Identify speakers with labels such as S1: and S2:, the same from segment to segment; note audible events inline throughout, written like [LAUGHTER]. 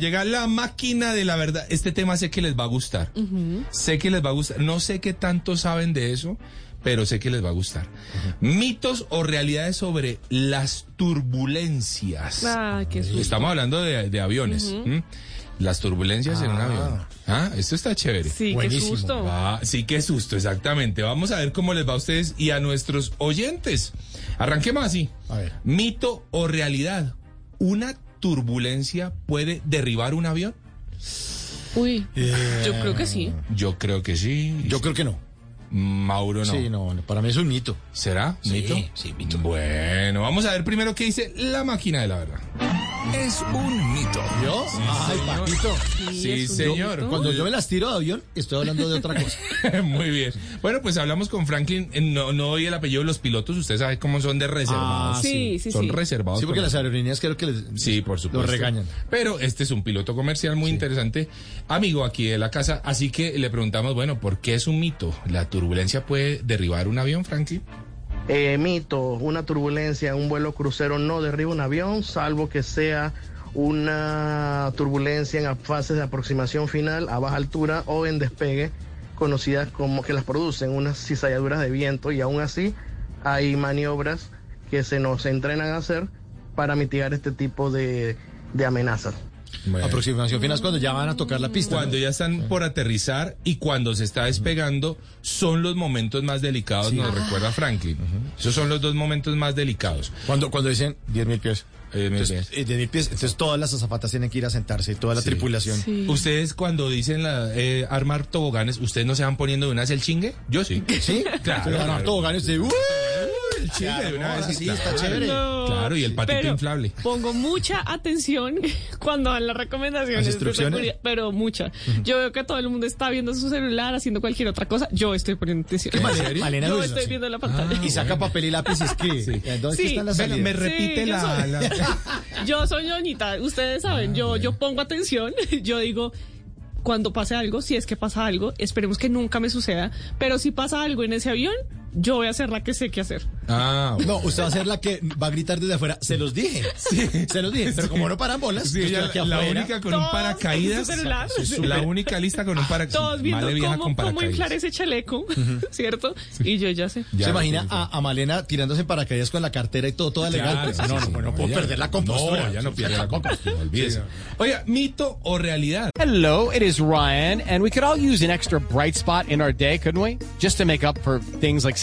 S1: llega la máquina de la verdad. Este tema sé que les va a gustar. Sé que les va a gustar. No sé qué tanto saben de eso, pero sé que les va a gustar. Mitos o realidades sobre las turbulencias.
S2: Ah, qué susto.
S1: Estamos hablando de, de aviones. ¿m? Las turbulencias en un avión. Ah, esto está chévere.
S2: Sí,
S3: Buenísimo.
S2: qué susto.
S1: Ah, sí, qué susto, exactamente. Vamos a ver cómo les va a ustedes y a nuestros oyentes. Arranquemos así.
S3: A ver.
S1: Mito o realidad. ¿Una turbulencia puede derribar un avión?
S2: Uy,
S3: Eh,
S2: yo creo que sí.
S1: Yo creo que sí.
S3: Yo creo que no.
S1: Mauro no.
S3: Sí, no, no, para mí es un mito.
S1: ¿Será?
S3: Sí,
S1: ¿Mito?
S3: sí, mito.
S1: Bueno, vamos a ver primero qué dice la máquina de la verdad.
S4: Es un mito.
S3: ¿Yo? Ay, papito.
S1: Sí,
S2: es un
S1: señor.
S2: mito.
S3: Cuando yo me las tiro de avión, estoy hablando de otra [LAUGHS]
S1: [LAUGHS]
S3: cosa.
S1: Muy bien. Bueno, pues hablamos con Franklin. Eh, No, no oí el apellido de los pilotos. Usted sabe cómo son de reservados.
S3: Ah,
S2: Sí, sí, sí.
S1: son reservados.
S3: Sí, porque
S1: con
S3: las
S1: eso.
S3: aerolíneas creo que les,
S1: Sí, por supuesto.
S3: Lo regañan.
S1: Pero este es un piloto comercial muy interesante, amigo aquí de la casa. Así que le preguntamos, bueno, ¿por qué es un mito? ¿La turbulencia puede derribar un avión, Franklin?
S3: Ah,
S5: Eh, mito, una turbulencia en un vuelo crucero no derriba un avión, salvo que sea una turbulencia en fases de aproximación final a baja altura o en despegue, conocidas como que las producen unas cizalladuras de viento y aún así hay maniobras que se nos entrenan a hacer para mitigar este tipo de, de amenazas.
S3: Aproximación final es cuando ya van a tocar la pista.
S1: Cuando
S3: ¿no?
S1: ya están por aterrizar y cuando se está despegando, son los momentos más delicados, nos
S3: Ah.
S1: recuerda Franklin. Esos son los dos momentos más delicados.
S3: Cuando, cuando dicen 10.000 pies.
S1: Eh, mil
S3: Entonces,
S1: pies.
S3: eh, 10.000 pies. Entonces todas las azafatas tienen que ir a sentarse, toda la
S1: Sí.
S3: tripulación.
S2: Sí.
S1: Ustedes cuando dicen la, eh, armar toboganes, ¿ustedes no se van poniendo de una vez el chingue? Yo sí. [LAUGHS]
S3: ¿Sí?
S1: Claro,
S3: Pero
S1: claro.
S3: ahora toboganes de, ¡uh!
S1: El chingue
S3: Claro,
S1: de una vez.
S3: sí, está
S1: claro.
S3: chévere.
S2: No,
S1: Claro, y el patito
S2: pero
S1: inflable.
S2: Pongo mucha atención [LAUGHS] cuando dan las recomendaciones.
S3: Las
S2: de
S3: instrucciones.
S2: seguridad, pero mucha. Yo veo que todo el mundo está viendo su celular, haciendo cualquier otra cosa. Yo estoy poniendo atención.
S3: ¿En serio? Malena
S2: Yo
S3: Wilson,
S2: estoy
S3: sí.
S2: viendo la pantalla.
S3: Y saca papel y lápiz y escribe. ¿Dónde
S2: Sí.
S3: están las
S1: Venga, me
S3: salidas?
S1: repite
S2: Sí, yo
S1: la-
S2: soy-
S1: la...
S3: [LAUGHS]
S2: Yo soy ñoñita, ustedes saben, yo, yo pongo atención, [LAUGHS] yo digo, cuando pase algo, si es que pasa algo, esperemos que nunca me suceda, pero si pasa algo en ese avión, yo voy a hacer la que sé que hacer.
S1: Ah, bueno.
S3: No, usted va a ser la que va a gritar desde afuera. Se
S1: [LAUGHS]
S3: los dije. Se los dije. Pero como no paran bolas,
S1: Sí,
S3: yo estoy
S1: ella-
S3: aquí
S1: la
S3: afuera.
S1: única con un
S2: Todos
S1: paracaídas.
S2: en su celular. Ah,
S1: Sí, La única lista con un paracaídas.
S2: Todos viendo
S1: Madre vieja
S2: cómo,
S1: con
S2: cómo
S1: paracaídas.
S2: inflar ese chaleco, [LAUGHS] ¿cierto? Y yo ya sé.
S1: Ya
S3: ¿Se
S1: lo
S3: imagina
S1: tiene.
S3: a, a Malena tirándose en paracaídas con la cartera y todo, toda
S1: Claro,
S3: legal?
S1: pues, sí,
S3: no,
S1: sí,
S3: no, pues, no, no puedo
S1: ya-
S3: perder la compostura.
S1: No, ya no pierde la compostura, olvídese. Oiga, mito o realidad.
S6: Hello, it is Ryan, and we could all use an extra bright spot in our day, couldn't we? Just to make up for things like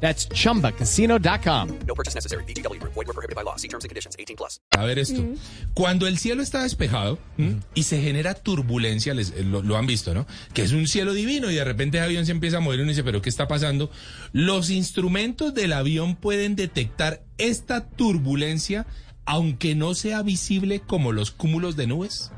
S6: That's chumbacasino.com.
S7: No purchase necessary. VGW Group. Void were prohibited by law. See terms and conditions. 18 plus.
S1: A ver esto. Cuando el cielo está despejado ¿m? y se genera turbulencia, les- eh, lo, lo han visto, ¿no? Que es un cielo divino y de repente el avión se empieza a mover y uno dice, pero ¿qué está pasando? Los instrumentos del avión pueden detectar esta turbulencia aunque no sea visible como los cúmulos de nubes.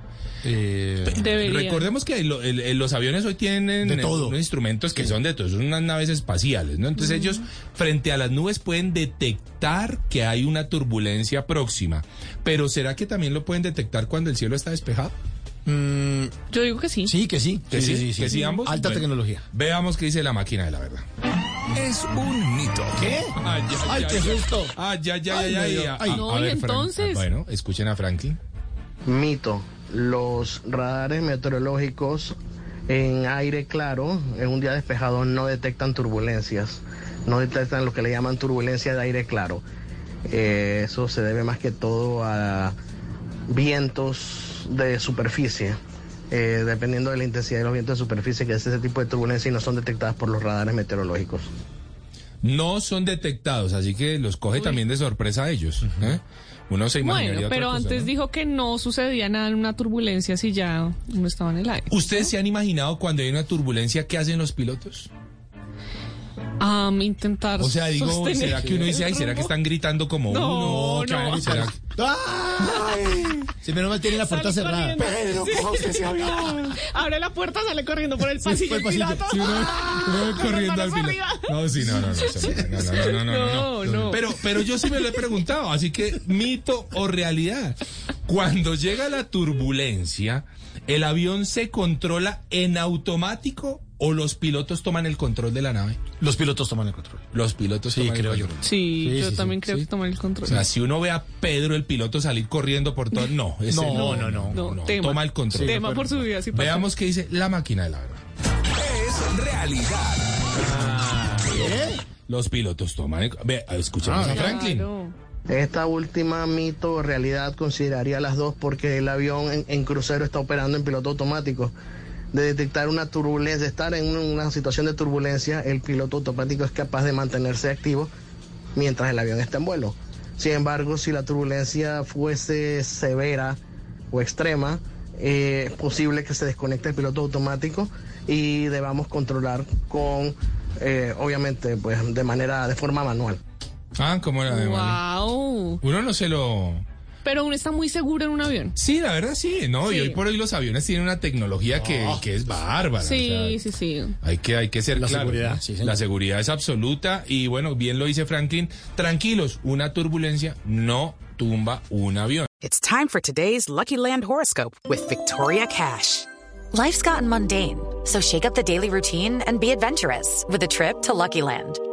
S1: Eh,
S2: Debería.
S1: Recordemos que lo- el- el- los aviones hoy tienen eh,
S3: De todo.
S1: unos instrumentos que son de todo, son unas naves espaciales, ¿no? Entonces ellos frente a las nubes pueden detectar que hay una turbulencia próxima, pero ¿será que también lo pueden detectar cuando el cielo está despejado?
S2: Yo digo que sí.
S3: Sí, que sí.
S1: ¿Que sí? ¿Que sí ambos?
S3: Alta
S1: Bueno.
S3: tecnología.
S1: Veamos qué dice la máquina de la verdad.
S4: Es un mito.
S3: ¿Qué?
S1: Ay,
S3: Ay, qué susto.
S1: ya, ya,
S3: Ay,
S1: ya,
S3: me dio.
S1: ya. Ah,
S3: Ay.
S2: No, y entonces.
S1: bueno, escuchen a Franklin.
S5: Mito. Los radares meteorológicos en aire claro, en un día despejado, no detectan turbulencias. No detectan lo que le llaman turbulencia de aire claro. Eh, eso se debe más que todo a vientos de superficie. eh, dependiendo de la intensidad de los vientos de superficie, que es ese tipo de turbulencia y no son detectadas por los radares meteorológicos.
S1: No son detectados, así que los coge también de sorpresa a ellos. ¿eh? Uno se imaginaría
S2: Bueno,
S1: otra
S2: pero
S1: cosa,
S2: antes
S1: ¿no?
S2: dijo que no sucedía nada en una turbulencia si ya no estaba en el aire.
S1: ¿Ustedes se han imaginado cuando hay una turbulencia qué hacen los pilotos?
S2: a intentar.
S1: O sea, digo,
S2: sostener
S1: ¿será que uno dice, ay,
S2: el
S1: será que
S2: rumbo?
S1: están gritando como
S2: No,
S1: uno? claro,
S2: no.
S1: Oh, ¿será?
S3: ¡Ay! Si menos mal tiene la puerta
S2: Sale
S3: cerrada.
S2: corriendo. Sí. Abre la puerta, sale corriendo por el pasillo.
S3: por el pasillo.
S2: el piloto.
S1: Sí, uno- uno
S2: [LAUGHS] Con las
S1: corriendo al
S2: manos
S1: final.
S2: arriba.
S1: No, sí, no, no,
S2: [LAUGHS]
S1: no, no, no, no, no, no, no,
S2: No,
S1: no.
S2: no.
S1: Pero, pero yo sí me lo he preguntado, así que mito o realidad. Cuando llega la turbulencia, ¿el avión se controla en automático o los pilotos toman el control de la nave?
S3: Los pilotos toman el control.
S1: Los pilotos toman el
S3: creo yo.
S1: control.
S2: Sí,
S3: Sí,
S2: yo
S3: sí,
S2: también
S3: sí,
S2: creo que tomar el control.
S1: O sea, si uno ve a Pedro el piloto salir corriendo por todo, no, ese
S3: No,
S1: no,
S3: no, no,
S2: tema.
S1: toma el control.
S2: Tema por su vida, sí. pasa.
S1: Veamos qué dice la máquina de la verdad.
S4: Es realidad.
S1: Ah, ¿eh? Los pilotos toman el ve,
S2: Ah,
S1: escuchemos a Franklin.
S2: Claro.
S5: Esta última mito o realidad consideraría las dos porque el avión en, en crucero está operando en piloto automático. De detectar una turbulencia, de estar en una, una situación de turbulencia, el piloto automático es capaz de mantenerse activo mientras el avión está en vuelo. Sin embargo, si la turbulencia fuese severa o extrema, eh, es posible que se desconecte el piloto automático y debamos controlar con, eh, obviamente, pues de manera, de forma manual.
S1: Ah, como la de Manuel.
S2: Wow.
S1: Uno no se lo.
S2: Pero uno está muy seguro en un avión.
S1: Sí, la verdad sí, ¿no? Y
S2: Sí.
S1: hoy por hoy los aviones tienen una tecnología que, que es bárbara.
S2: Sí,
S1: o sea,
S2: sí, sí.
S1: Hay que, hay que ser
S3: La
S1: claro,
S3: seguridad,
S1: ¿no?
S3: sí, señor.
S1: La seguridad es absoluta y bueno, bien lo dice Franklin. Tranquilos, una turbulencia no tumba un avión.
S8: It's time for today's Lucky Land horoscope with Victoria Cash.
S9: Life's gotten mundane, so shake up the daily routine and be adventurous with a trip to Lucky Land.